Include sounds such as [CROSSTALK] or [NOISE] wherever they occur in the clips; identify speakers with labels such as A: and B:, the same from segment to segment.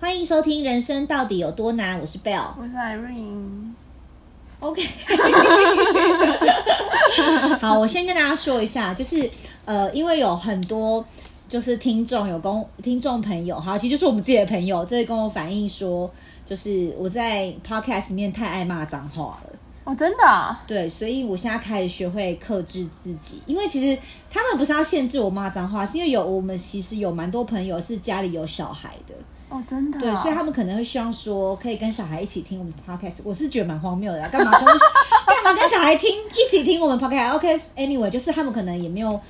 A: 欢迎收听《人生到底有多难》，我是 Bell。
B: 我是 Irene。
A: OK，好，我先跟大家说一下，就是呃，因为有很多就是听众有跟听众朋友，好，其实就是我们自己的朋友，这跟我反映说，就是我在 Podcast 里面太爱骂脏话了。
B: 哦，真的啊、
A: 对，所以我现在开始学会克制自己，因为其实他们不是要限制我骂脏话，是因为有我们其实有蛮多朋友是家里有小孩的，
B: 哦，真的啊、
A: 对，所以他们可能会希望说可以跟小孩一起听我们 podcast，我是觉得蛮荒谬的啊，干嘛跟 [LAUGHS] 干嘛跟小孩听一起听我们 podcast？OK，anyway，、就是他们可能也没有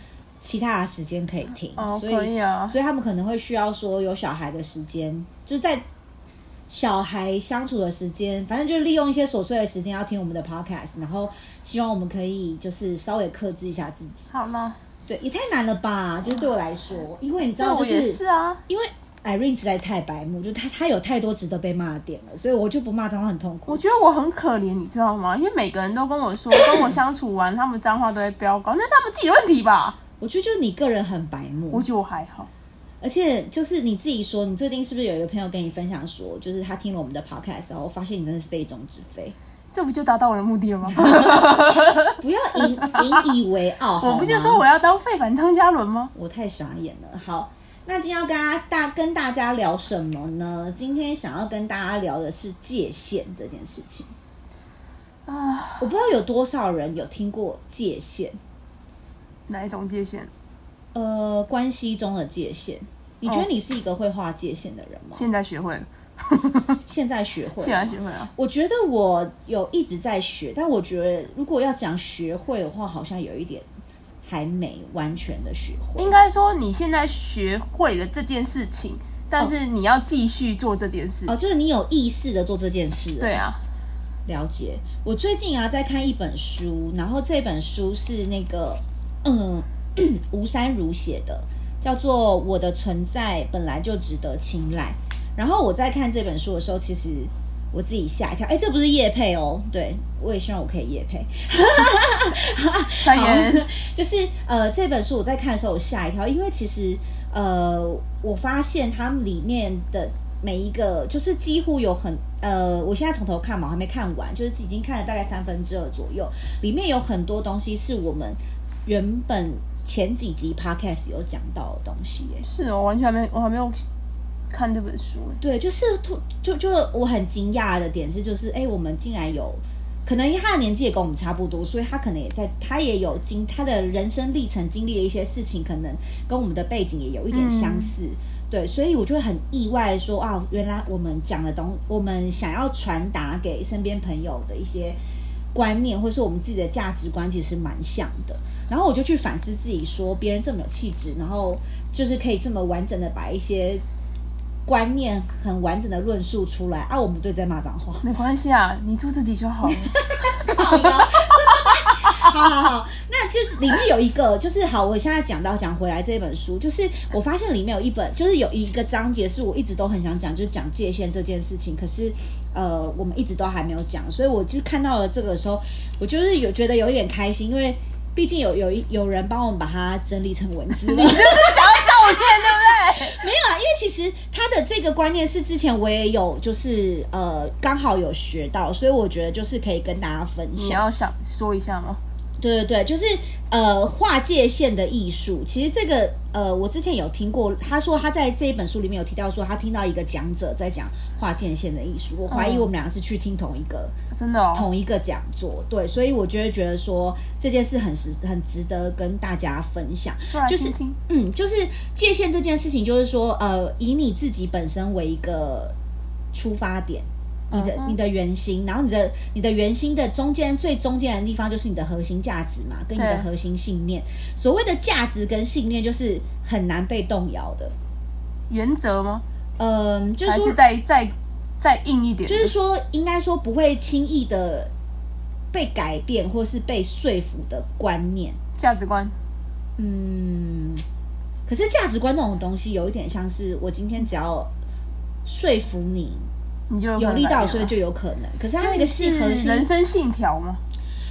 A: 其他的时间可以听，
B: 哦
A: 所
B: 可以啊
A: 所以他们可能会需要说有小孩的时间，就是在小孩相处的时间，反正就是利用一些琐碎的时间要听我们的 podcast，然后希望我们可以就是稍微克制一下自己。
B: 好吗？
A: 对，也太难了吧？就是对我来说，因为你知
B: 这
A: 道，就
B: 我也是啊。
A: 因为 Irene 实在太白目，就她她有太多值得被骂的点了，所以我就不骂脏话很痛
B: 我
A: 苦。
B: 觉得我很可怜，你知道吗？因为每个人都跟我说，跟我相处完，他们脏话都会飙高，那是他们自己的问题吧？
A: 我觉得就是你个人很白目
B: 我，觉得我还好，
A: 而且就是你自己说，你最近是不是有一个朋友跟你分享说，就是他听了我们的 podcast 然后，发现你真的是非中之
B: [LAUGHS]
A: 非，
B: 这不就达到我的目的了吗？
A: 啊不要引引以为傲。好
B: 我
A: 吗
B: 不就说我要当废反张嘉伦吗？
A: 我太傻眼了。好，那今天要跟大家大跟大家聊什么呢？今天想要跟大家聊的是界限这件事情。
B: 啊，
A: 我不知道有多少人有听过界限，
B: 哪一种界限？
A: 呃，关系中的界限。你觉得你是一个会划界限的人吗？
B: 哦现在学会了，
A: 现在学会啊
B: 现在
A: 了，
B: 学会了。
A: 我觉得我有一直在学，但我觉得如果要讲学会的话，好像有一点还没完全的学会
B: 应。该说你现在学会了这件事情，但是你要继续做这件事。
A: 哦，就是你有意识的做这件事。
B: 对，啊，
A: 了解。我最近啊在看一本书，然后这本书是那个嗯 [CLEARS THROAT] 吴珊如写的，叫做《我的存在本来就值得青睐》。然后我在看这本书的时候，其实我自己吓一跳，哎，这不是叶配哦，对我也希望我可以叶配。
B: 三言，
A: 就是呃，这本书我在看的时候我吓一跳，因为其实呃，我发现它们里面的每一个就是几乎有很呃，我现在从头看嘛，我还没看完，就是已经看了大概三分之二左右，里面有很多东西是我们原本前几集 podcast 有讲到的东西耶。
B: 是我完全没，我还没有看这本书。
A: 对，就是突就就我很惊讶的点是，就是哎、诶我们竟然有，可能因为他的年纪也跟我们差不多，所以他可能也在，他也有经他的人生历程经历了一些事情，可能跟我们的背景也有一点相似。对，所以我就会很意外地说啊，原来我们讲的东，我们想要传达给身边朋友的一些观念，或是我们自己的价值观，其实蛮像的。然后我就去反思自己说别人这么有气质，然后就是可以这么完整的把一些观念很完整的论述出来啊，我们对在骂脏话。
B: 没关系啊，你做自己
A: [LAUGHS]
B: 就好了。
A: 靠腰好好 [LAUGHS] 好，那就里面有一个，就是好，我现在讲到讲回来这本书，就是我发现里面有一本，就是有一个章节是我一直都很想讲，就是讲界限这件事情，可是呃，我们一直都还没有讲，所以呃我就看到了这个的时候，我就是有觉得有一点开心，因为毕竟有有一有人帮我们把它整理成文字了。
B: 就是想要照片，对不对？
A: 没有啊，因为其实他的这个观念是之前我也有，就是呃刚好有学到，所以我觉得就是可以跟大家分
B: 你
A: 享。
B: 要想说一下吗？
A: 对对对，就是呃划界限的艺术。其实这个呃，我之前有听过，他说他在这一本书里面有提到说，他听到一个讲者在讲划界限的艺术。我怀疑
B: 哦
A: 我们两个是去听同一个、
B: 真的哦，
A: 同一个讲座，对，所以我就会觉得说这件事很值很值得跟大家分享。
B: 说来
A: 就是
B: 听听。
A: 嗯，就是界限这件事情，就是说，呃，以你自己本身为一个出发点，你的、
B: 嗯哼
A: 你的原心，然后你的你的原心的中间最中间的地方就是你的核心价值嘛，跟你的
B: 对
A: 核心信念。所谓的价值跟信念，就是很难被动摇的。
B: 原则吗？
A: 嗯，就是
B: 还
A: 说
B: 是再再再硬一点的？
A: 就是说，应该说不会轻易的被改变或是被说服的观念。
B: 价值观。
A: 嗯，可是价值观这种东西，有一点像是我今天只要说服你
B: 你就
A: 有力道，所以
B: 以
A: 就有可能。可是它
B: 所
A: 那
B: 以
A: 个
B: 啊是
A: 性核心
B: 人生信条吗？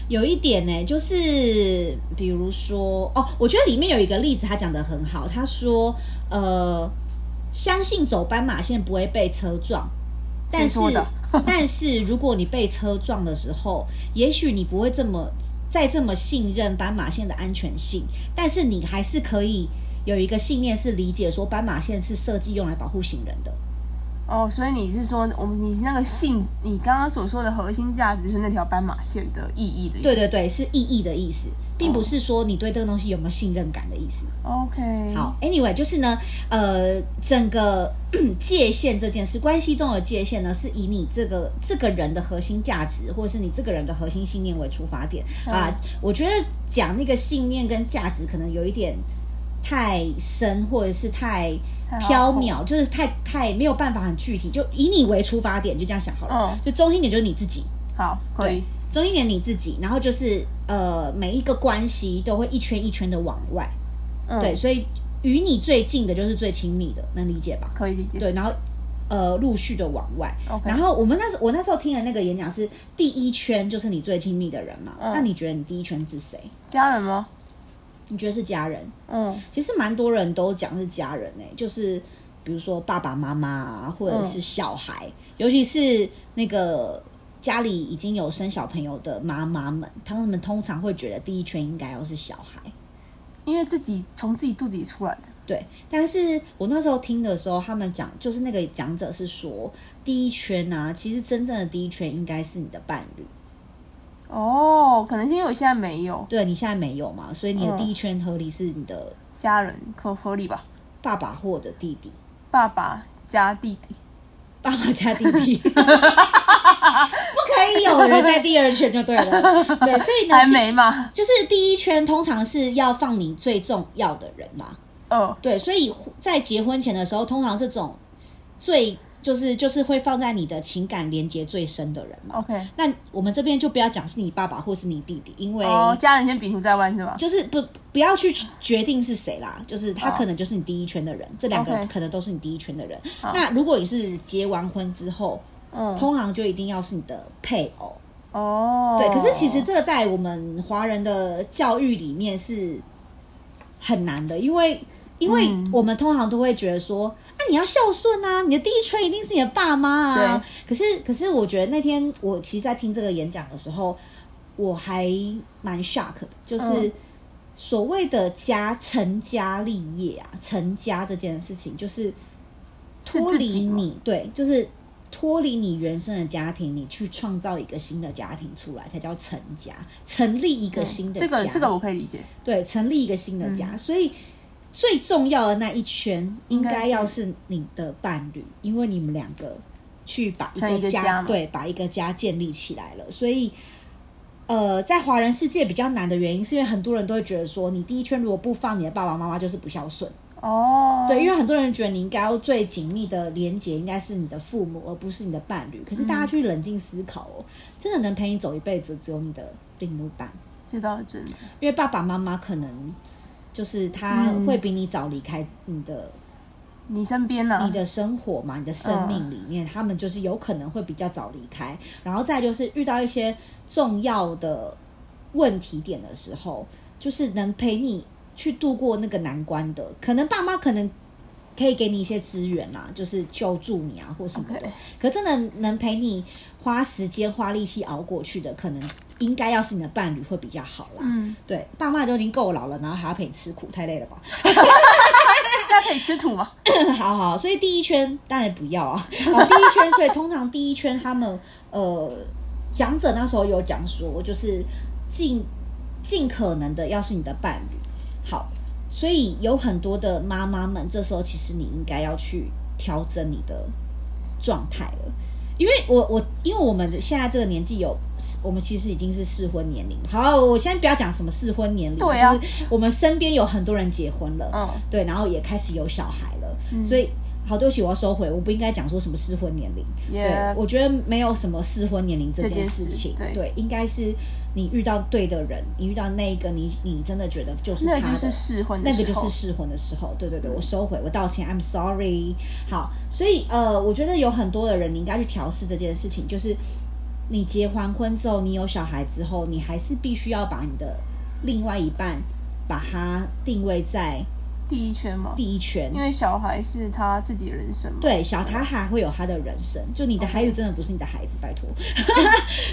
A: 有一点呢、就是比如说哦，我觉得里面有一个例子，他讲的很好，他说呃，相信走斑马线不会被车撞，但是
B: 谁说的
A: [LAUGHS] 但是如果你被车撞的时候，也许你不会这么再这么信任斑马线的安全性，但是你还是可以有一个信念是理解说斑马线是设计用来保护行人的。
B: 哦，所以你是说我们你那个性，你刚刚所说的核心价值就是那条斑马线的意义的意思。
A: 对对对，是意义的意思，并不是说你对这个东西有没有信任感的意思。
B: ，OK，
A: 好，anyway，就是呢，呃，整个 [CLEARS THROAT] 界限这件事，关系中的界限呢，是以你这个这个人的核心价值，或者是你这个人的核心信念为出发点、
B: 嗯
A: 啊。我觉得讲那个信念跟价值，可能有一点太深，或者是太
B: 太
A: 缥
B: 好
A: 缈，就是太太没有办法很具体，就以你为出发点，就这样想好了。
B: 嗯
A: 就中心点就是你自己，
B: 好，可以，
A: 中心点你自己，然后就是呃，每一个关系都会一圈一圈的往外。
B: 嗯，
A: 对，，所以与你最近的就是最亲密的，能理解吧？
B: 可以理解。
A: 对，然后呃，陆续的往外。
B: ，OK，
A: 然后我们那时我那时候听的那个演讲是第一圈就是你最亲密的人嘛，
B: 嗯
A: 那你觉得你第一圈是谁？
B: 家人吗？
A: 你觉得是家人？
B: 嗯，
A: 其实蛮多人都讲是家人呢、就是比如说爸爸妈妈啊，或者是
B: 嗯
A: 小孩，尤其是那个家里已经有生小朋友的妈妈们，他们通常会觉得第一圈应该要是小孩。
B: 因为自己从自己肚子里出来的，
A: 对，但是我那时候听的时候，他们讲就是那个讲者是说，第一圈啊，其实真正的第一圈应该是你的伴侣。
B: 哦，可能是因为我现在没有
A: 对你现在没有嘛，所以你的
B: 嗯
A: 第一圈合理是你的
B: 家人，可合理吧？
A: 爸爸或者弟弟，
B: 爸爸加弟弟，
A: 爸爸加弟弟， [LAUGHS] 不可以有人在第二圈就对了。对，所以呢
B: 还，没嘛？
A: 就是第一圈通常是要放你最重要的人嘛。
B: 呃，
A: 对，所以在结婚前的时候，通常这种最就是就是会放在你的情感连接最深的人嘛。
B: OK，
A: 那我们这边就不要讲是你爸爸或是你弟弟，因为
B: 哦，家人先摒除在外是吧？
A: 就是不不要去决定是谁啦，就是他
B: 好
A: 可能就是你第一圈的人，这两个人
B: OK
A: 可能都是你第一圈的人。
B: 好
A: 那如果你是结完婚之后，
B: 嗯，
A: 通常就一定要是你的配偶。
B: 哦，
A: 对，可是其实这个在我们华人的教育里面是很难的，因为因为
B: 嗯
A: 我们通常都会觉得说，啊，你要孝顺啊，你的第一圈一定是你的爸妈啊。可是可是我觉得那天我其实，在听这个演讲的时候，我还蛮 shock 的，就是
B: 嗯
A: 所谓的家成家立业啊，成家这件事情，就是
B: 是
A: 脱
B: 自
A: 离
B: 己吗
A: 你，对，就是脱离你原生的家庭，你去创造一个新的家庭出来，才叫成家，成立一个
B: 嗯
A: 新的家。
B: 这个这个嗯我可以理解，
A: 对，成立一个新的家，所以最重要的那一圈应该要是你的伴侣，因为你们两个去把一
B: 成
A: 个
B: 一个
A: 家
B: 家嘛
A: 对，把一个家建立起来了，所以。呃，在华人世界比较难的原因，是因为很多人都会觉得说，你第一圈如果不放你的爸爸妈妈，就是不孝顺。
B: 哦，
A: 对，因为很多人觉得你应该要最紧密的连接应该是你的父母，而不是你的伴侣。可是大家去冷静思考哦，真的能陪你走一辈子只有你的另一半，
B: 这倒是真的。
A: 因为爸爸妈妈可能就是他
B: 嗯
A: 会比你早离开你的、
B: 你身边呢、
A: 你的生活嘛，你的生命里面，他们就是有可能会比较早离开。然后再就是遇到一些重要的问题点的时候，就是能陪你去度过那个难关的，可能爸妈可能。可以给你一些资源啦、就是救助你啊，或什么的。
B: OK
A: 可真的能陪你花时间、花力气熬过去的，可能应该要是你的伴侣会比较好啦。
B: 嗯，
A: 对，爸妈都已经够老了，然后还要陪你吃苦，太累了吧？
B: 那可以吃土吗？
A: 好好，所以第一圈当然不要啊。好，第一圈，所以通常第一圈他们呃，讲者那时候有讲说，就是尽尽可能的要是你的伴侣。好，所以有很多的妈妈们，这时候其实你应该要去调整你的状态了。因为我我因为我们现在这个年纪有，我们其实已经是适婚年龄。好，我先不要讲什么适婚年龄，
B: 对啊
A: 就是我们身边有很多人结婚了，
B: 嗯，
A: 对，然后也开始有小孩了，
B: 嗯
A: 所以好，对不起，我要收回，我不应该讲说什么适婚年龄。
B: 也
A: 对，我觉得没有什么适婚年龄这
B: 这
A: 件
B: 件
A: 事
B: 事
A: 情，
B: 对
A: 应该是你遇到对的人，你遇到那一个你你真的觉得就是他
B: 那
A: 的，
B: 个就是试婚的
A: 那个
B: 时
A: 就
B: 候，嗯
A: 是试婚的时候，对对对，我收回，我道歉，I'm sorry。好，所以呃，我觉得有很多的人，你应该去调试这件事情，就是你结完婚之后，你有小孩之后，你还是必须要把你的另外一半把它定位在
B: 第一圈嘛，
A: 第一圈
B: 因。为小孩是他自己的人生嘛。
A: 对，小他还会有他的人生，就你的孩子真的不是你的孩子，
B: [LAUGHS]
A: 拜托。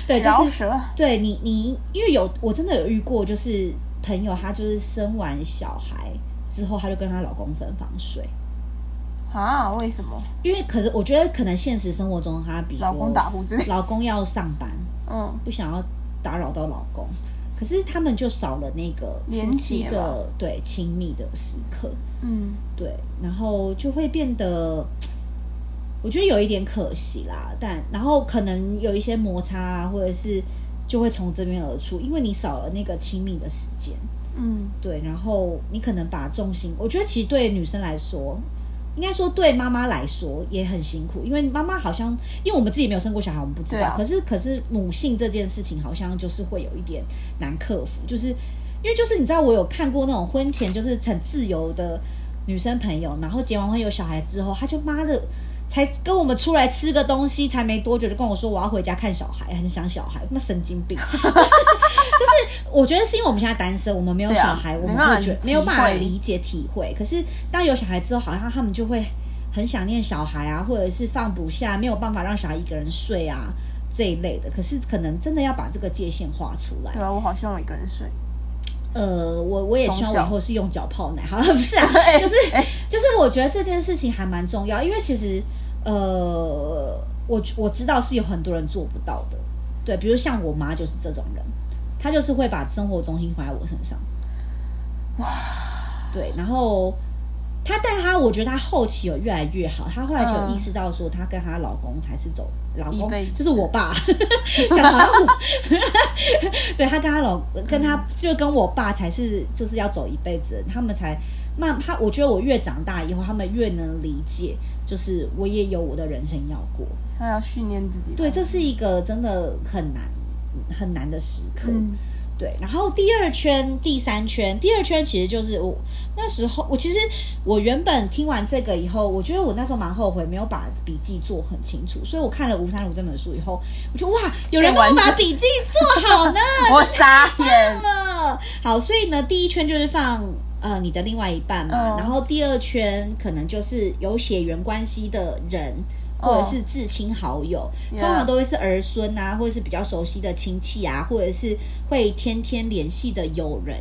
A: 对，就
B: 饶
A: 是
B: 舌，
A: 对你，你因为有我真的有遇过，就是朋友她就是生完小孩之后，她就跟她老公分房睡，
B: 啊？为什么？
A: 因为可是我觉得可能现实生活中她比如说
B: 老公打呼之类。
A: 老公要上班，
B: 嗯，
A: 不想要打扰到老公，可是他们就少了那个
B: 连
A: 夫妻
B: 结吧
A: 的对亲密的时刻，
B: 嗯，
A: 对，然后就会变得，我觉得有一点可惜啦。但然后可能有一些摩擦啊，或者是就会从这边而出，因为你少了那个亲密的时间。
B: 嗯，
A: 对，然后你可能把重心，我觉得其实对女生来说，应该说对妈妈来说也很辛苦，因为妈妈好像，因为我们自己没有生过小孩，我们不知
B: 对
A: 道。
B: 啊
A: 可是可是母性这件事情好像就是会有一点难克服，就是因为就是你知道我有看过那种婚前就是很自由的女生朋友，然后结完婚有小孩之后，她就妈的。才跟我们出来吃个东西，才没多久就跟我说我要回家看小孩，很想小孩，他妈神经病！我觉得是因为我们现在单身，我们没有
B: 对
A: 小
B: 啊
A: 孩，我们
B: 没办法
A: 会觉
B: 体
A: 没有办法
B: 会
A: 理解体会。可是当有小孩之后，好像他们就会很想念小孩啊，或者是放不下，没有办法让小孩一个人睡啊这一类的。可是可能真的要把这个界限画出来
B: 对。啊，我好希望我一个人睡。
A: 呃，我我也希望
B: 从
A: 我
B: 小
A: 以后是用脚泡奶，好 [LAUGHS]
B: [LAUGHS]
A: 了，不是啊，就是
B: 哎
A: 就是我觉得这件事情还蛮重要，因为其实呃，我我知道是有很多人做不到的，对，比如像我妈就是这种人，她就是会把生活重心放在我身上，哇，对，然后她，但她我觉得她后期有越来越好，她后来就有
B: 嗯
A: 意识到说，她跟她老公才是走。老
B: 一
A: 公
B: 辈子
A: 就是我爸， [LAUGHS] 讲好像我 [LAUGHS] 对她跟她老跟
B: 嗯
A: 她就跟我爸才是就是要走一辈子，他们才慢他我觉得我越长大以后，他们越能理解，就是我也有我的人生要过。
B: 他要训练自己吧。
A: 对，这是一个真的很难很难的时刻。
B: 嗯，
A: 对，然后第二圈、第三圈，第二圈其实就是我那时候，我其实我原本听完这个以后，我觉得我那时候蛮后悔没有把笔记做很清楚，所以我看了吴三如这本书以后，我就哇，有人
B: 被
A: 帮我
B: 完
A: 把
B: 整
A: 笔记做好呢，
B: 我傻眼。
A: 了。好，所以呢，第一圈就是放呃你的另外一半嘛，
B: 嗯
A: 然后第二圈可能就是有血缘关系的人。或者是至亲好友
B: 嗯 Yeah
A: 通常都会是儿孙啊，或者是比较熟悉的亲戚啊，或者是会天天联系的友人，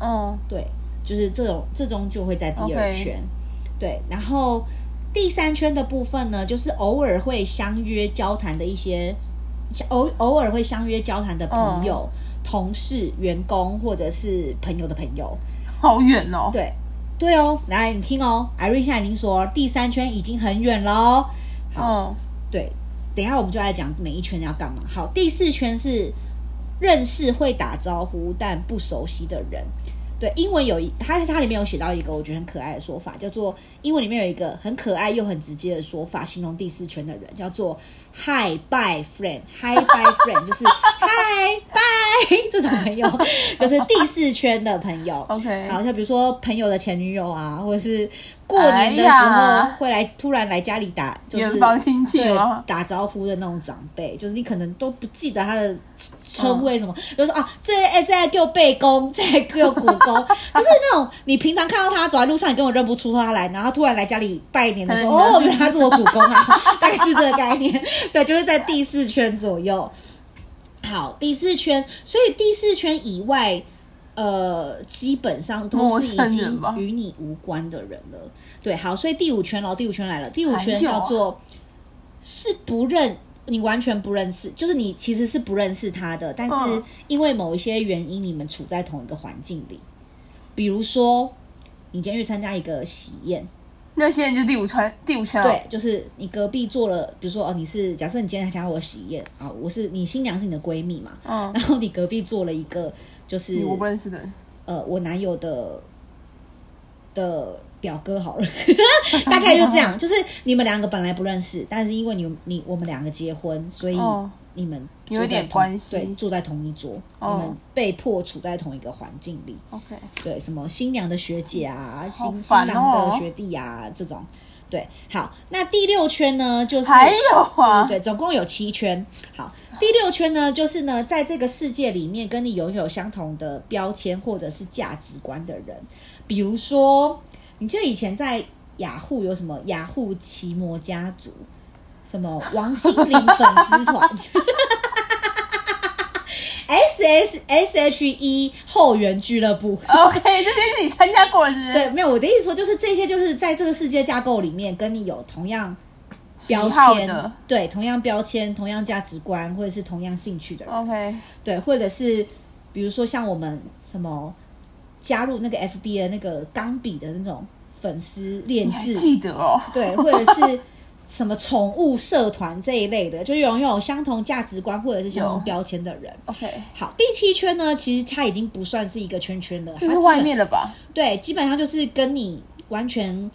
B: 嗯，
A: 对，就是这种这种就会在第二
B: OK
A: 圈对，然后第三圈的部分呢，就是偶尔会相约交谈的一些，偶偶尔会相约交谈的朋友、同事、员工或者是朋友的朋友，
B: 好远哦。
A: 对，对哦，来你听哦，艾瑞现在已经说第三圈已经很远哦喽，好，
B: 嗯，
A: 对，等一下我们就来讲每一圈要干嘛。好，第四圈是认识会打招呼但不熟悉的人。对，英文有一它它里面有写到一个我觉得很可爱的说法，叫做英文里面有一个很可爱又很直接的说法，形容第四圈的人叫做 Hi bye friend Hi bye friend，就是 Hi bye 这种朋友，就是第四圈的朋友。
B: OK
A: 好，像比如说朋友的前女友啊，或者是过年的时
B: 哎
A: 候
B: 呀
A: 会来突然来家里打，就是
B: 远房亲戚哦
A: 对
B: 吗？
A: 打招呼的那种长辈，就是你可能都不记得他的称谓
B: 哦
A: 什么，就说啊，这哎、这来给我背公，这来给我古公， [LAUGHS] 就是那种你平常看到他走在路上，你根本认不出他来，然后突然来家里拜年的时候，
B: 可能
A: 哦，原来他是我古公啊， [LAUGHS] 大概是这个概念，对，就是在第四圈左右。好，第四圈，所以第四圈以外，呃，基本上都
B: 陌
A: 是
B: 生
A: 已
B: 人
A: 经
B: 吧
A: 与你无关的人了。对，好，所以第五圈喽，第五圈来了，第五圈
B: 还有
A: 叫
B: 啊
A: 做是不认。你完全不认识，就是你其实是不认识他的，但是
B: 嗯
A: 因为某一些原因，你们处在同一个环境里。比如说，你今天去参加一个喜宴，
B: 那现在就第五圈，第五圈哦。
A: 对，就是你隔壁坐了，比如说哦，你是假设你今天参加我的喜宴啊，我是你新娘是你的闺蜜嘛，
B: 嗯，
A: 然后你隔壁坐了一个就是
B: 我不认识的人。
A: 呃我男友的的表哥好了， [LAUGHS] 大概就这
B: 哦
A: 样，就是你们两个本来不认识，但是因为你你我们两个结婚，所以
B: 哦
A: 你们
B: 有
A: 住在
B: 一点
A: 同
B: 关系
A: 对，住在同一桌，
B: 哦
A: 你们被迫处在同一个环境里，
B: OK，
A: 对，什么新娘的学姐啊，新、
B: 好
A: 新
B: 烦哦
A: 郎的学弟啊，这种。对，好，那第六圈呢，就是
B: 还有啊，
A: 对，总共有七圈。好，第六圈呢，就是呢，在这个世界里面跟你拥有相同的标签或者是价值观的人，比如说你记得以前在雅虎有什么雅虎奇摩家族，什么王心凌粉丝团 [LAUGHS] ，S S S H E 后援俱乐部。
B: OK，这些是你参加过的，是不是？
A: 对，没有我的意思说，就是这些，就是在这个世界架构里面，跟你有同样标
B: 喜好
A: 签
B: 的，
A: 对，同样标签、同样价值观，或者是同样兴趣的人，
B: OK，
A: 对，或者是比如说像我们什么加入那个 FB 的那个钢笔的那种粉丝练
B: 你还
A: 字，
B: 记得哦？
A: 对，或者是什么宠物社团这一类的，就拥有相同价值观或者是相同
B: 有
A: 标签的人。
B: OK，
A: 好，第七圈呢，其实它已经不算是一个圈圈了，
B: 就
A: 它
B: 是
A: 基
B: 外
A: 本
B: 面的吧？
A: 对，基本上就是跟你完全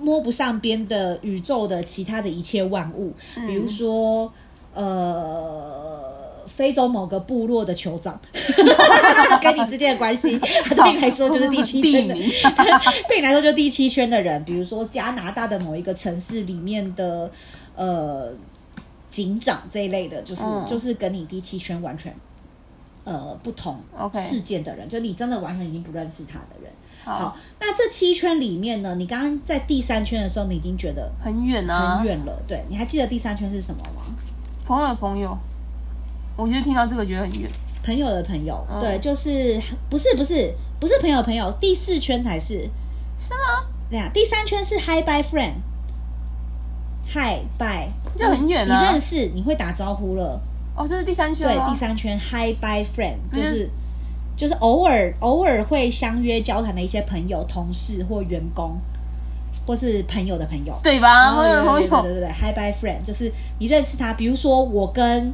A: 摸不上边的宇宙的其他的一切万物，
B: 嗯
A: 比如说呃，非洲某个部落的酋
B: [LAUGHS]
A: 长，跟你之间的关系，对你来说就是第七圈的，
B: 地名
A: [LAUGHS] 对你来说就是第七圈的人，比如说加拿大的某一个城市里面的呃警长这一类的，就是、
B: 嗯
A: 就是跟你第七圈完全。呃，不同
B: OK
A: 事件的人就你真的完全已经不认识他的人，
B: 好
A: 好，，那这七圈里面呢，你刚刚在第三圈的时候，你已经觉得
B: 很远啊，
A: 很远了，对，你还记得第三圈是什么吗？
B: 朋友的朋友，我就听到这个觉得很远。
A: 朋友的朋友，
B: 嗯
A: 对，就是不是不是不是朋友的朋友，第四圈才是
B: 是吗？
A: 对啊，第三圈是 Hi Bye Friend。Hi Bye，
B: 就很远啊
A: 你认识，你会打招呼了。
B: 哦，这是第三圈
A: 对
B: 吗，
A: 第三圈 Hi Bye Friend
B: 这
A: 就是是就是偶尔偶尔会相约交谈的一些朋友、同事或员工，或是朋友的朋友。
B: 对吧？
A: 哦
B: 朋友的朋
A: 对对
B: 友，
A: 对对对，Hi Bye Friend，就是你认识他，比如说我跟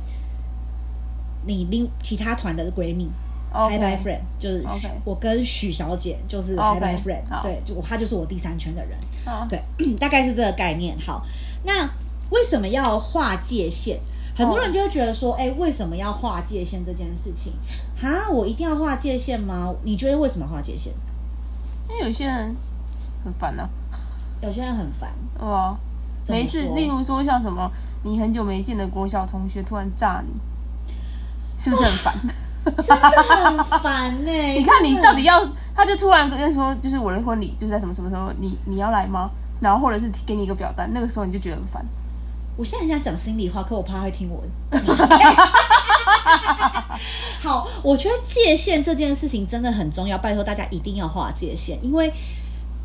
A: 你另其他团的闺蜜
B: OK
A: Hi Bye Friend，就是许
B: OK
A: 我跟许小姐就是
B: OK，
A: Hi Bye Friend，、
B: 好
A: 对，就我她就是我第三圈的人，
B: 好
A: 对，大概是这个概念。好，那为什么要划界限？很多人就会觉得说，哎、为什么要划界限这件事情？哈，我一定要划界限吗？你觉得为什么划界限？
B: 因为有些人很烦呐、
A: 有些人很烦，
B: 啊，哇，
A: 怎么
B: 没事。
A: 说
B: 例如说像什么，你很久没见的国小同学突然炸你，是不是很烦？
A: 哦真的很烦呢、
B: [LAUGHS] 你看你
A: 真的
B: 到底要，他就突然跟你说，就是我的婚礼就是在什么什么时候，你你要来吗？然后或者是给你一个表单，那个时候你就觉得很烦。
A: 我现在很想讲心里话，可我怕他会听我。好，我觉得界限这件事情真的很重要，拜托大家一定要划界限，因为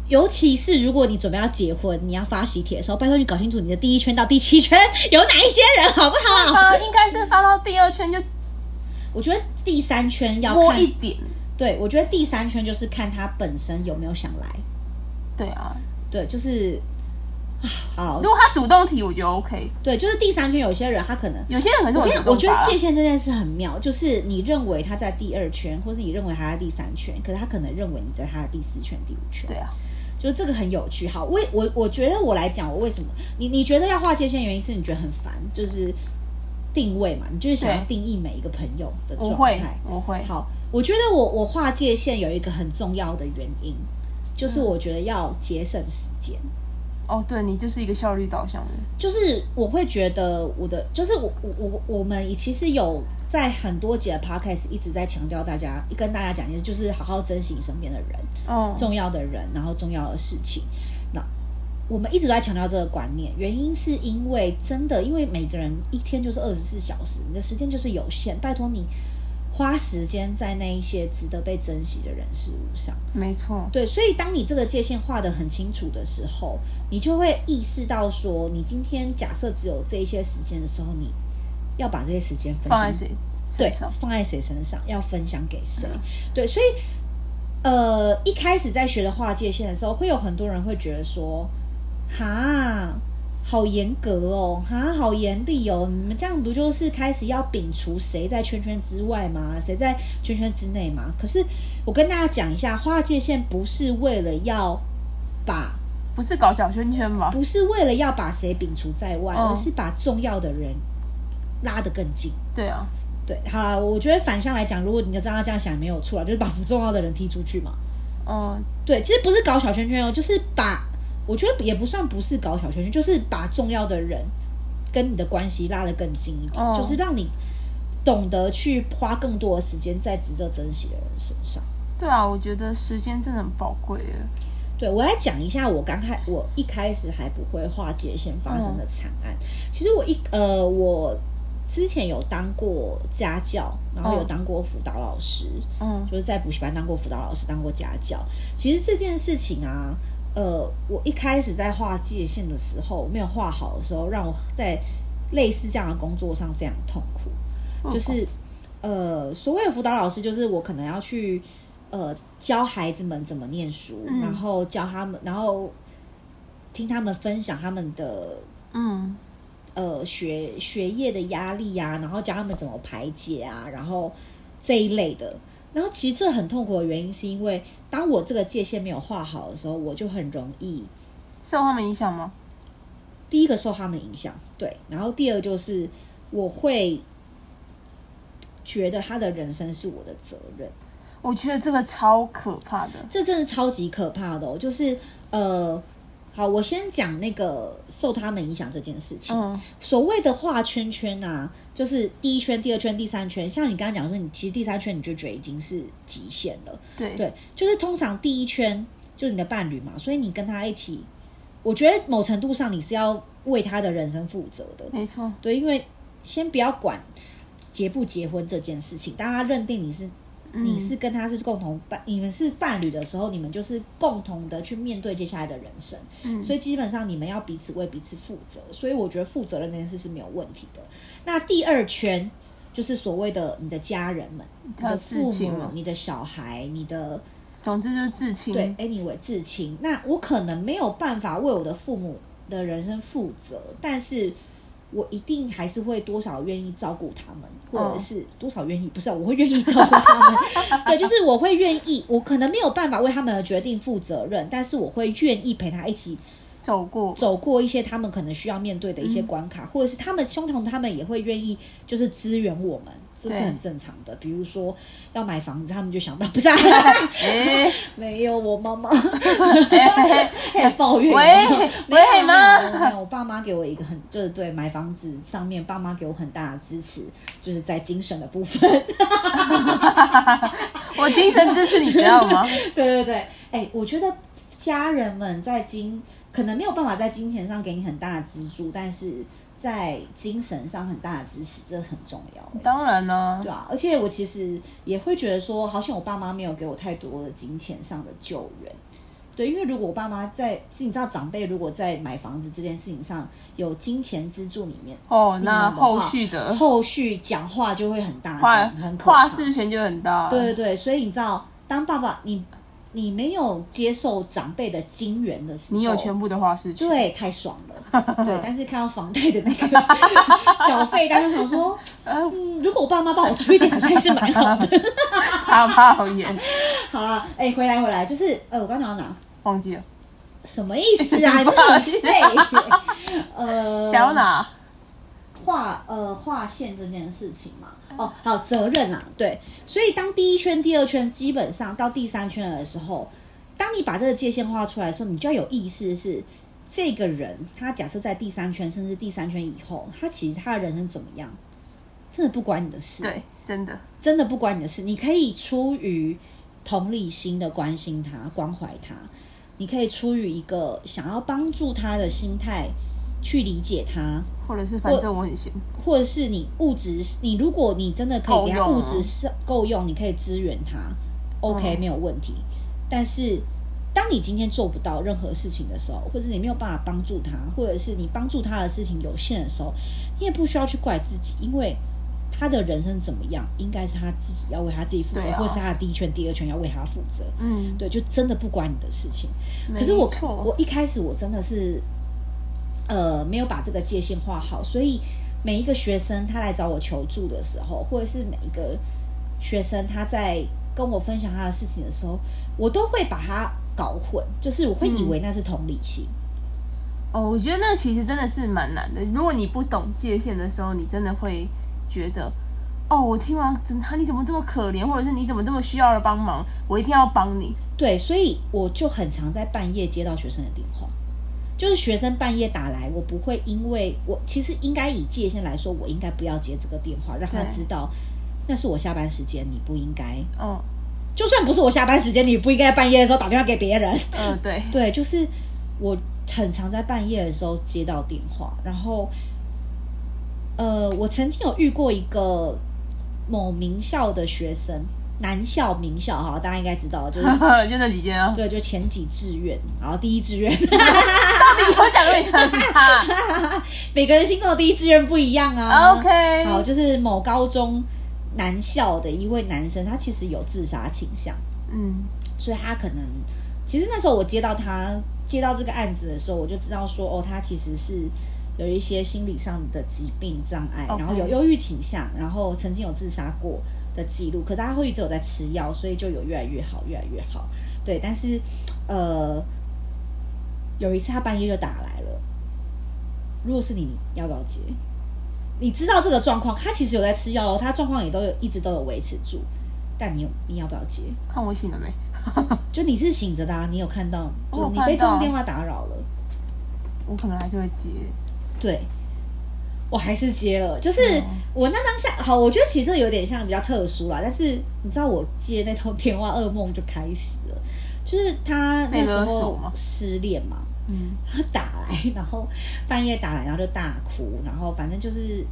A: 尤其是如果你准备要结婚，你要发喜帖的时候，拜托你搞清楚你的第一圈到第七圈有哪一些人，好不好？
B: [LAUGHS] 发啊应该是发到第二圈就
A: 我觉得第三圈要
B: 多
A: 看
B: 一，点，
A: 对我觉得第三圈就是看他本身有没有想来，
B: 对啊。
A: 对，就是啊，好
B: 如，果他主动提，我觉得 OK。
A: 对，就是第三圈有些人他可能
B: 有些人可能是
A: 我
B: 我
A: 跟你
B: 主
A: 讲，我
B: 动
A: 觉得
B: 发
A: 界限这件事很妙，就是你认为他在第二圈，或是你认为他在第三圈，可是他可能认为你在他的第四圈、第五圈，
B: 对，啊，
A: 就是这个很有趣。好，为我我觉得我来讲，我为什么你你觉得要划界限，原因是你觉得很烦，就是定位嘛，你就是想要
B: 对
A: 定义每一个朋友的
B: 我
A: 状
B: 哦会
A: 态。，
B: 我会，
A: 好，我觉得我我划界限有一个很重要的原因，
B: 嗯
A: 就是我觉得要节省时间。
B: 哦，对你就是一个效率导向的人，
A: 就是我会觉得我的，就是我我我我们其实有在很多节的 podcast 一直在强调大家跟大家讲，就是就是好好珍惜你身边的人，
B: 哦，
A: 重要的人，然后重要的事情。那我们一直都在强调这个观念，原因是因为真的，因为每个人一天就是二十四小时，你的时间就是有限，拜托你花时间在那一些值得被珍惜的人事物上。
B: 没错，
A: 对，所以当你这个界限画得很清楚的时候，你就会意识到说，你今天假设只有这一些时间的时候，你要把这些时间分
B: 放在
A: 享
B: 谁
A: 对
B: 身上？
A: 放在谁身上，要分享给谁。
B: 嗯
A: 对，所以呃，一开始在学的划界限的时候，会有很多人会觉得说，哈。好严格哦，哈，好严厉哦！你们这样不就是开始要摒除谁在圈圈之外吗？谁在圈圈之内吗？可是我跟大家讲一下，划界限不是为了要把
B: 不是搞小圈圈吧？
A: 不是为了要把谁摒除在外，
B: 嗯
A: 而是把重要的人拉得更近。
B: 对啊，
A: 对，好啦，我觉得反向来讲，如果你要这样这样想，没有错啦，啊就是把不重要的人踢出去嘛。
B: 嗯，
A: 对，其实不是搞小圈圈哦，就是把我觉得也不算不是搞小圈圈，就是把重要的人跟你的关系拉得更近一点，
B: 哦
A: 就是让你懂得去花更多的时间在值得珍惜的人身上。
B: 对啊，我觉得时间真的很宝贵耶，
A: 对我来讲一下，我刚开我一开始还不会划界限发生的惨案。其实我一呃，我之前有当过家教，然后有
B: 嗯
A: 当过辅导老师，
B: 嗯
A: 就是在补习班当过辅导老师，当过家教。其实这件事情啊，呃，我一开始在画界限的时候没有画好的时候，让我在类似这样的工作上非常痛苦。
B: 嗯
A: 就是呃，所谓的辅导老师，就是我可能要去呃教孩子们怎么念书，
B: 嗯
A: 然后教他们，然后听他们分享他们的
B: 嗯
A: 呃学学业的压力啊，然后教他们怎么排解啊，然后这一类的。然后其实这很痛苦的原因，是因为当我这个界限没有画好的时候，我就很容易
B: 受他们影响吗？
A: 第一个受他们影响，对，然后第二个就是我会觉得他的人生是我的责任，
B: 我觉得这个超可怕的。
A: 这真的超级可怕的哦。就是呃，好，我先讲那个受他们影响这件事情。
B: 嗯
A: 所谓的画圈圈啊，就是第一圈、第二圈、第三圈，像你刚刚讲说，你其实第三圈你就觉得已经是极限了。
B: 对
A: 对，就是通常第一圈就是你的伴侣嘛，所以你跟他一起，我觉得某程度上你是要为他的人生负责的。
B: 没错，
A: 对，因为先不要管结不结婚这件事情，当他认定你是。
B: 嗯
A: 你是跟他是共同伴，你们是伴侣的时候，你们就是共同的去面对接下来的人生，
B: 嗯
A: 所以基本上你们要彼此为彼此负责，所以我觉得负责任这件事是没有问题的。那第二圈就是所谓的你的家人们、你
B: 还有
A: 的
B: 至
A: 父
B: 亲
A: 母
B: 嘛、嗯
A: 你的小孩、你的
B: 总之就是至亲。
A: 对，anyway 至亲，那我可能没有办法为我的父母的人生负责，但是我一定还是会多少愿意照顾他们，或者
B: 嗯
A: 是多少愿意，不是啊、我会愿意照顾他
B: [LAUGHS]
A: 们。对，就是我会愿意，我可能没有办法为他们的决定负责任，但是我会愿意陪他一起
B: 走过。
A: 走过一些他们可能需要面对的一些关
B: 嗯
A: 卡，或者是他们胸同他们也会愿意就是支援我们，这是
B: 对
A: 很正常的。比如说要买房子，他们就想到不是、
B: [LAUGHS]
A: 啊。
B: 哎、
A: 没有，我
B: [LAUGHS]
A: 妈妈
B: 哎
A: 在抱怨。 [LAUGHS]
B: 喂
A: 没有
B: 喂妈
A: 没有没有我爸妈给我一个很，就是对买房子上面，爸妈给我很大的支持，就是在精神的部分。
B: 我精神支持你，知道
A: [LAUGHS]
B: 吗？
A: 对对对，哎，我觉得家人们在金可能没有办法在金钱上给你很大的资助，但是在精神上很大的支持，这很重要。
B: 当然啦、
A: 对啊，而且我其实也会觉得说，好像我爸妈没有给我太多的金钱上的救援。对，因为如果我爸妈在，是你知道长辈如果在买房子这件事情上有金钱资助里面，
B: 哦，
A: 你们
B: 那
A: 的
B: 后
A: 话
B: 续的
A: 后续讲话就会很大
B: 嗯话
A: 声，很可怕。
B: 话事权就很大。
A: 对对对，所以你知道，当爸爸你你没有接受长辈的金援的时候，
B: 你有全部的话事权。
A: 对，太爽
B: [LAUGHS]
A: 了。对，但是看到房贷的那个 [LAUGHS] 缴费单，就想说，
B: 呃，
A: 嗯，如果我爸妈帮我出一点，我现在是蛮好的。
B: [LAUGHS] 差好远，
A: 好了，哎、回来回来，就是呃，我刚讲到哪？
B: 忘记了，
A: 什么意思
B: [LAUGHS]
A: 啊？你真的很累。呃，
B: 讲到哪？
A: 划呃划线这件事情嘛，哦，好责任啊，对。所以当第一圈、第二圈，基本上到第三圈的时候，当你把这个界限画出来的时候，你就要有意识是。这个人，他假设在第三圈，甚至第三圈以后，他其实他的人生怎么样，真的不关你的事。
B: 对，真的，
A: 真的不关你的事，你可以出于同理心的关心他、关怀他，你可以出于一个想要帮助他的心态去理解他，
B: 或者是反正我很闲，
A: 或者是你物质，你如果你真的可以给他
B: 够用
A: 物
B: 啊
A: 质是够用，你可以支援他，OK、
B: 嗯
A: 没有问题。但是当你今天做不到任何事情的时候，或者你没有办法帮助他，或者是你帮助他的事情有限的时候，你也不需要去怪自己，因为他的人生怎么样，应该是他自己要为他自己负责，
B: 对啊
A: 或是他的第一圈、第二圈要为他负责。
B: 嗯，
A: 对，就真的不关你的事情。
B: 没
A: 可是我
B: 错，
A: 我一开始我真的是，呃，没有把这个界限画好，所以每一个学生他来找我求助的时候，或者是每一个学生他在跟我分享他的事情的时候，我都会把他搞混，就是我会以为那是同理心。
B: 哦，我觉得那其实真的是蛮难的。如果你不懂界限的时候，你真的会觉得，哦，我听完真他你怎么这么可怜，或者是你怎么这么需要帮忙，我一定要帮你。
A: 对，所以我就很常在半夜接到学生的电话，就是学生半夜打来，我不会因为我其实应该以界限来说，我应该不要接这个电话，让他
B: 对
A: 知道那是我下班时间，你不应该
B: 嗯，
A: 就就算不是我下班时间，你也不应该半夜的时候打电话给别人。 [LAUGHS]
B: 嗯，对， [LAUGHS]
A: 对，就是我很常在半夜的时候接到电话，然后，呃，我曾经有遇过一个某名校的学生，男校名校哈，大家应该知道，
B: [LAUGHS]
A: 就是
B: 就那几间啊。
A: 对，就前几志愿，然后第一志愿， [LAUGHS]
B: 到底有讲跟你很差
A: 每个人心中的第一志愿不一样啊。
B: ？OK，
A: 好，就是某高中男校的一位男生，他其实有自杀倾向。
B: 嗯，
A: 所以他可能，其实那时候我接到他接到这个案子的时候，我就知道说，哦，他其实是有一些心理上的疾病障碍
B: OK
A: 然后有忧郁倾向，然后曾经有自杀过的记录，可是他后续只有在吃药，所以就有越来越好，越来越好。对，但是呃，有一次他半夜就打来了，如果是你，你要不要接？你知道这个状况，他其实有在吃药哦，他状况也都有一直都有维持住，但你有你要不要接？
B: 看我醒了没？
A: 就你是醒着的、啊，你有看到，
B: 哦我
A: 就
B: 有
A: 你
B: 看
A: 被这
B: 到
A: 通电话打扰了，
B: 我可能还是会接。
A: 对，我还是接了。就是
B: 嗯
A: 我那当下，好，我觉得其实这有点像比较特殊啦，但是你知道我接那通电话，噩梦就开始了，就是他那
B: 被
A: 时
B: 勒
A: 候
B: 索吗
A: 失恋嘛，
B: 嗯，
A: 他打来，然后半夜打来，然后就大哭，然后反正就是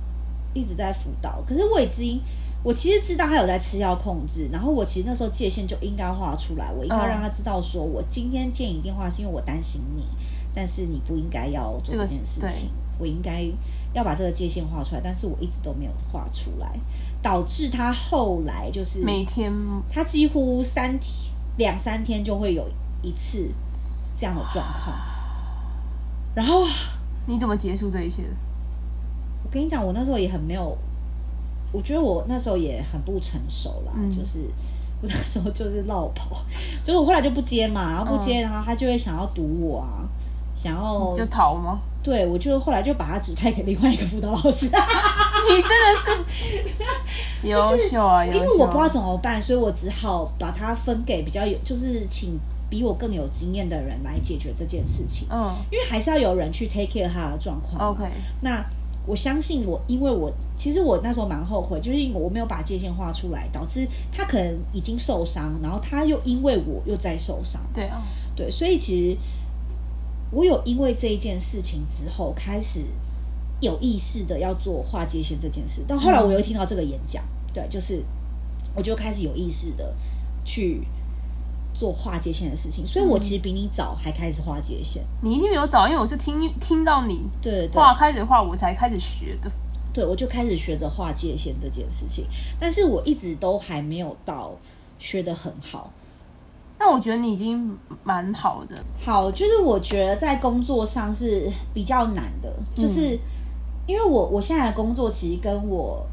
A: 一直在辅导。可是我已经，我其实知道他有在吃药控制，然后我其实那时候界限就应该画出来，我应该
B: 嗯
A: 让他知道说，我今天接你电话是因为我担心你，但是你不应该要做
B: 这个
A: 这件事
B: 是对
A: 情，我应该要把这个界限画出来，但是我一直都没有画出来，导致他后来就是
B: 每天
A: 他几乎三天两三天就会有一次这样的状况，然后
B: 你怎么结束这一切的？
A: 我跟你讲，我那时候也很没有，我觉得我那时候也很不成熟啦，
B: 嗯
A: 就是我那时候就是落跑， [LAUGHS] 就是我后来就不接嘛，然后不接，然后他就会想要堵我啊，想要
B: 嗯就逃吗？ [LAUGHS]
A: 对我就后来就把他指派给另外一个辅导老师，
B: 你真的
A: [LAUGHS]
B: 是优秀啊，
A: 因
B: 优秀！
A: 为我不知道怎么办，所以我只好把他分给比较有，就是请比我更有经验的人来解决这件事情，
B: 嗯
A: 因为还是要有人去 take care 他的状况嘛。
B: ，OK，
A: 那我相信我，因为我其实我那时候蛮后悔，就是因为我没有把界限画出来，导致他可能已经受伤，然后他又因为我又在受伤，
B: 对啊，
A: 对，所以其实我有因为这一件事情之后开始有意识的要做划界限这件事，但后来我又听到这个演讲，对，就是我就开始有意识的去做划界限的事情，所以我其实比你早还开始划界限，
B: 你一定没有找，因为我是听听到你
A: 对对对。
B: 画开始画，我才开始学的。
A: 对，我就开始学着划界限这件事情，但是我一直都还没有到学得很好。
B: 那我觉得你已经蛮好的，
A: 好，就是我觉得在工作上是比较难的，就是、
B: 嗯
A: 因为我我现在的工作其实跟我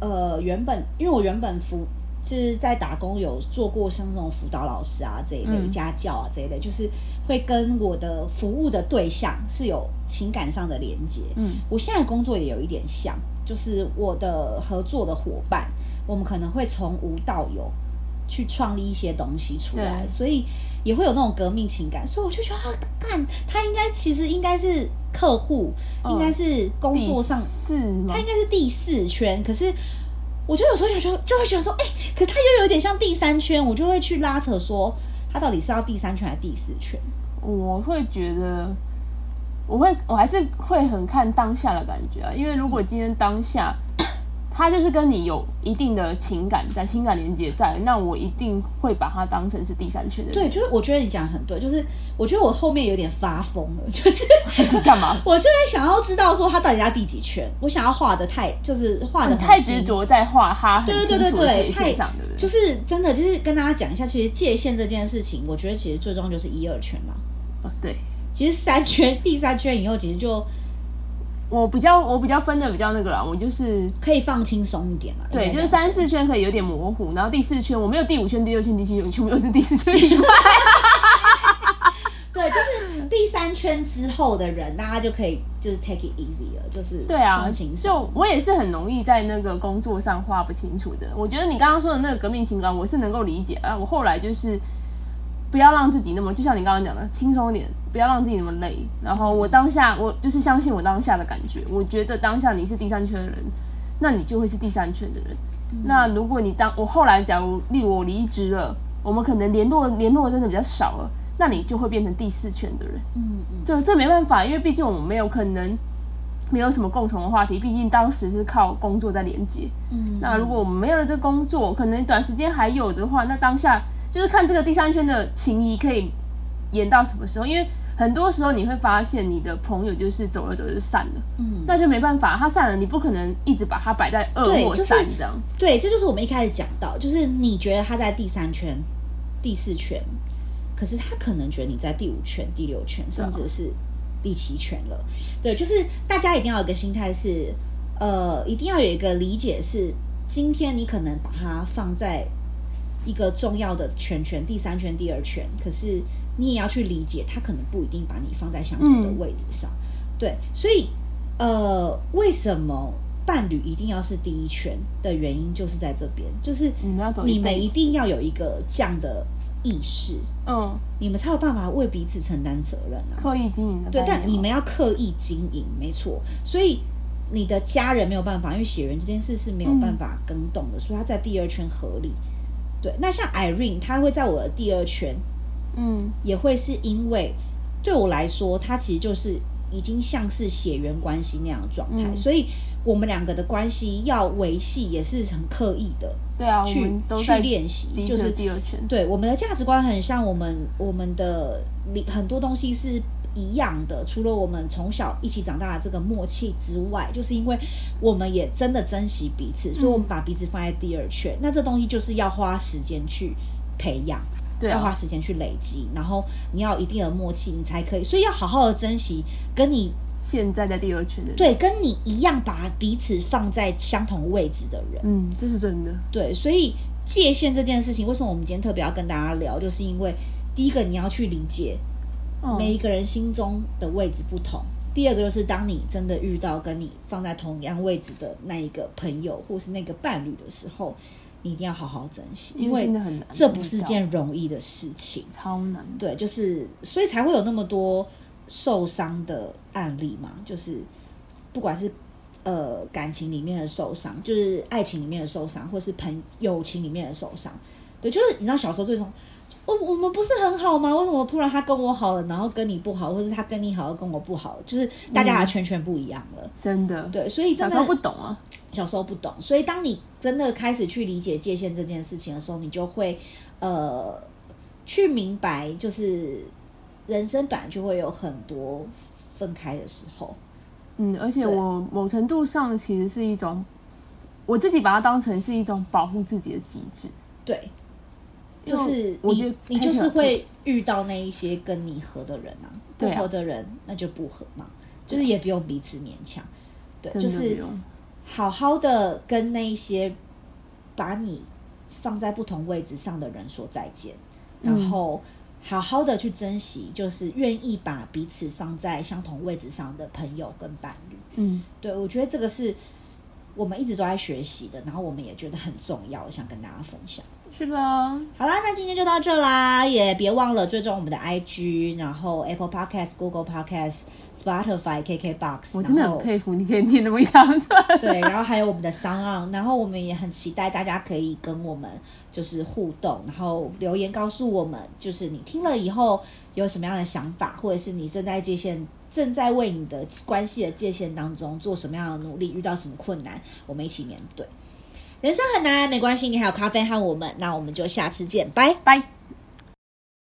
A: 呃原本，因为我原本服就是在打工有做过像那种辅导老师啊这一类、
B: 嗯
A: 家教啊这一类，就是会跟我的服务的对象是有情感上的连接。
B: 嗯
A: 我现在工作也有一点像，就是我的合作的伙伴，我们可能会从无到有去创立一些东西出来，
B: 对
A: 所以也会有那种革命情感。所以我就觉得，啊，干，他应该其实应该是客户，
B: 嗯
A: 应该是工作上，
B: 是吗
A: 他？应该是第四圈，可是。我就有时候想说，就会想说，哎、可他又有点像第三圈，我就会去拉扯说，他到底是要第三圈还是第四圈？
B: 我会觉得，我会我还是会很看当下的感觉啊，因为如果今天当 [COUGHS] 下他就是跟你有一定的情感在，情感连接在，那我一定会把他当成是第三圈的
A: 对，
B: 人。
A: 就是我觉得你讲得很对，就是我觉得我后面有点发疯了，
B: [LAUGHS]
A: 就是
B: 对，干嘛？
A: 我就会想要知道说他到底在第几圈，我想要画的太就是画的
B: 你太执，着在画他很
A: 对对
B: 清
A: 对
B: 楚
A: 对
B: 的
A: 对，
B: 界
A: 太
B: 限上，对不对？
A: 就是真的就是跟大家讲一下，其实界限这件事情，我觉得其实最终就是一二圈嘛。
B: 哦对，
A: 其实三圈，第三圈以后，其实就
B: 我比较我比较分的比较那个啦，我就是
A: 可以放轻松一点了。
B: 对，
A: 应该
B: 就是
A: 这样
B: 三四圈可以有点模糊，然后第四圈我没有第五圈、第六圈、第七圈，全部都是第四圈以外。
A: 对，就是第三圈之后的人，大家就可以就是 take it easy 了，就是
B: 对啊
A: 放轻，松。
B: 就我也是很容易在那个工作上画不清楚的。我觉得你刚刚说的那个革命情感，我是能够理解啊。我后来就是不要让自己那么，就像你刚刚讲的，轻松一点，不要让自己那么累。然后我当下，我就是相信我当下的感觉。我觉得当下你是第三圈的人，那你就会是第三圈的人。那如果你当我后来，假如例如我离职了，我们可能联络联络真的比较少了，那你就会变成第四圈的人。
A: 嗯嗯，
B: 这这没办法，因为毕竟我们没有可能没有什么共同的话题，毕竟当时是靠工作在连接。
A: 嗯
B: 那如果我们没有了这个工作，可能短时间还有的话，那当下就是看这个第三圈的情谊可以演到什么时候，因为很多时候你会发现你的朋友就是走了走了就散了，
A: 嗯，
B: 那就没办法，他散了，你不可能一直把他摆在二
A: 对
B: 或
A: 就是
B: 三这样。
A: 对，这就是我们一开始讲到，就是你觉得他在第三圈、第四圈，可是他可能觉得你在第五圈、第六圈，
B: 对啊
A: 甚至是第七圈了。对，就是大家一定要有一个心态是，呃，一定要有一个理解是，今天你可能把它放在一个重要的圈圈，第三圈、第二圈，可是你也要去理解，他可能不一定把你放在相同的
B: 嗯
A: 位置上。对，所以呃，为什么伴侣一定要是第一圈的原因，就是在这边，就是
B: 你们要走一
A: 你
B: 辈
A: 们
B: 子
A: 一定要有一个这样的意识，
B: 嗯，
A: 你们才有办法为彼此承担责任啊。
B: 刻意经营的
A: 对
B: 概，念嘛
A: 但你们要刻意经营，没错。所以你的家人没有办法，因为血缘这件事是没有办法更动的，所以他在第二圈合理。对，那像 Irene，她会在我的第二圈，
B: 嗯
A: 也会是因为对我来说，它其实就是已经像是血缘关系那样的状态，
B: 嗯
A: 所以我们两个的关系要维系也是很刻意的
B: 对啊，我
A: 去
B: 们都
A: 去
B: 在
A: 练习，
B: 彼
A: 就
B: 此的
A: 是
B: 第二圈。
A: 对我们的价值观很像，我们我们的理很多东西是一样的，除了我们从小一起长大的这个默契之外，就是因为我们也真的珍惜彼此，所以我们把彼此放在第二圈。那这东西就是要花时间去培养。
B: 对
A: 要花
B: 啊，
A: 时间去累积，然后你要有一定的默契，你才可以。所以要好好的珍惜跟你
B: 现在在第二圈的人，，
A: 对跟你一样把彼此放在相同位置的人。
B: 嗯，这是真的。
A: 对，所以界限这件事情，为什么我们今天特别要跟大家聊，就是因为第一个你要去理解
B: 嗯
A: 每一个人心中的位置不同。第二个就是，当你真的遇到跟你放在同样位置的那一个朋友或是那个伴侣的时候，你一定要好好珍惜，
B: 因
A: 因
B: 为
A: 为
B: 真的很难
A: 这不是
B: 遇到
A: 件容易的事情。
B: 超难的。
A: 对，就是所以才会有那么多受伤的案例嘛，就是不管是呃感情里面的受伤，就是爱情里面的受伤，或是朋友情里面的受伤，对，就是你知道小时候最种。我我们不是很好吗？为什么突然他跟我好了，然后跟你不好，或者他跟你好，跟我不好？就是大家的圈圈不一样了。
B: 真的，
A: 对，所以真
B: 嗯小
A: 的
B: 时候不懂啊，
A: 小时候不懂，所以当你真的开始去理解界限这件事情的时候，你就会呃去明白，就是人生本来就会有很多分开的时候。
B: 嗯，而且
A: 对
B: 我某程度上其实是一种，我自己把它当成是一种保护自己的机制，
A: 对，
B: 因
A: 就
B: 为
A: 是
B: 我
A: 你
B: 觉得
A: 你
B: 太
A: 就是
B: 小
A: 会
B: 自己
A: 遇到那一些跟你合的人啊，不
B: 对啊啊
A: 合的人那就不合嘛，就是也不用彼此勉强。对，
B: 真
A: 就
B: 的不
A: 是
B: 用，
A: 好好的跟那一些把你放在不同位置上的人说再见，
B: 嗯
A: 然后好好的去珍惜，就是愿意把彼此放在相同位置上的朋友跟伴侣。
B: 嗯，
A: 对我觉得这个是我们一直都在学习的，然后我们也觉得很重要，想跟大家分享。
B: 是的，
A: 好啦，那今天就到这啦，也别忘了追踪我们的 IG，然后 Apple Podcast、Google Podcast、Spotify、KKBox。
B: 我真的
A: 然
B: 很
A: 后
B: 佩服你可以念那么一长串， [LAUGHS]
A: 对，然后还有我们的商案，然后我们也很期待大家可以跟我们就是互动，然后留言告诉我们，就是你听了以后有什么样的想法，或者是你正在界限正在为你的关系的界限当中做什么样的努力，遇到什么困难，我们一 [LAUGHS] 起面对。人生很难，没关系，你还有咖啡和我们，那我们就下次见，拜。
B: 拜。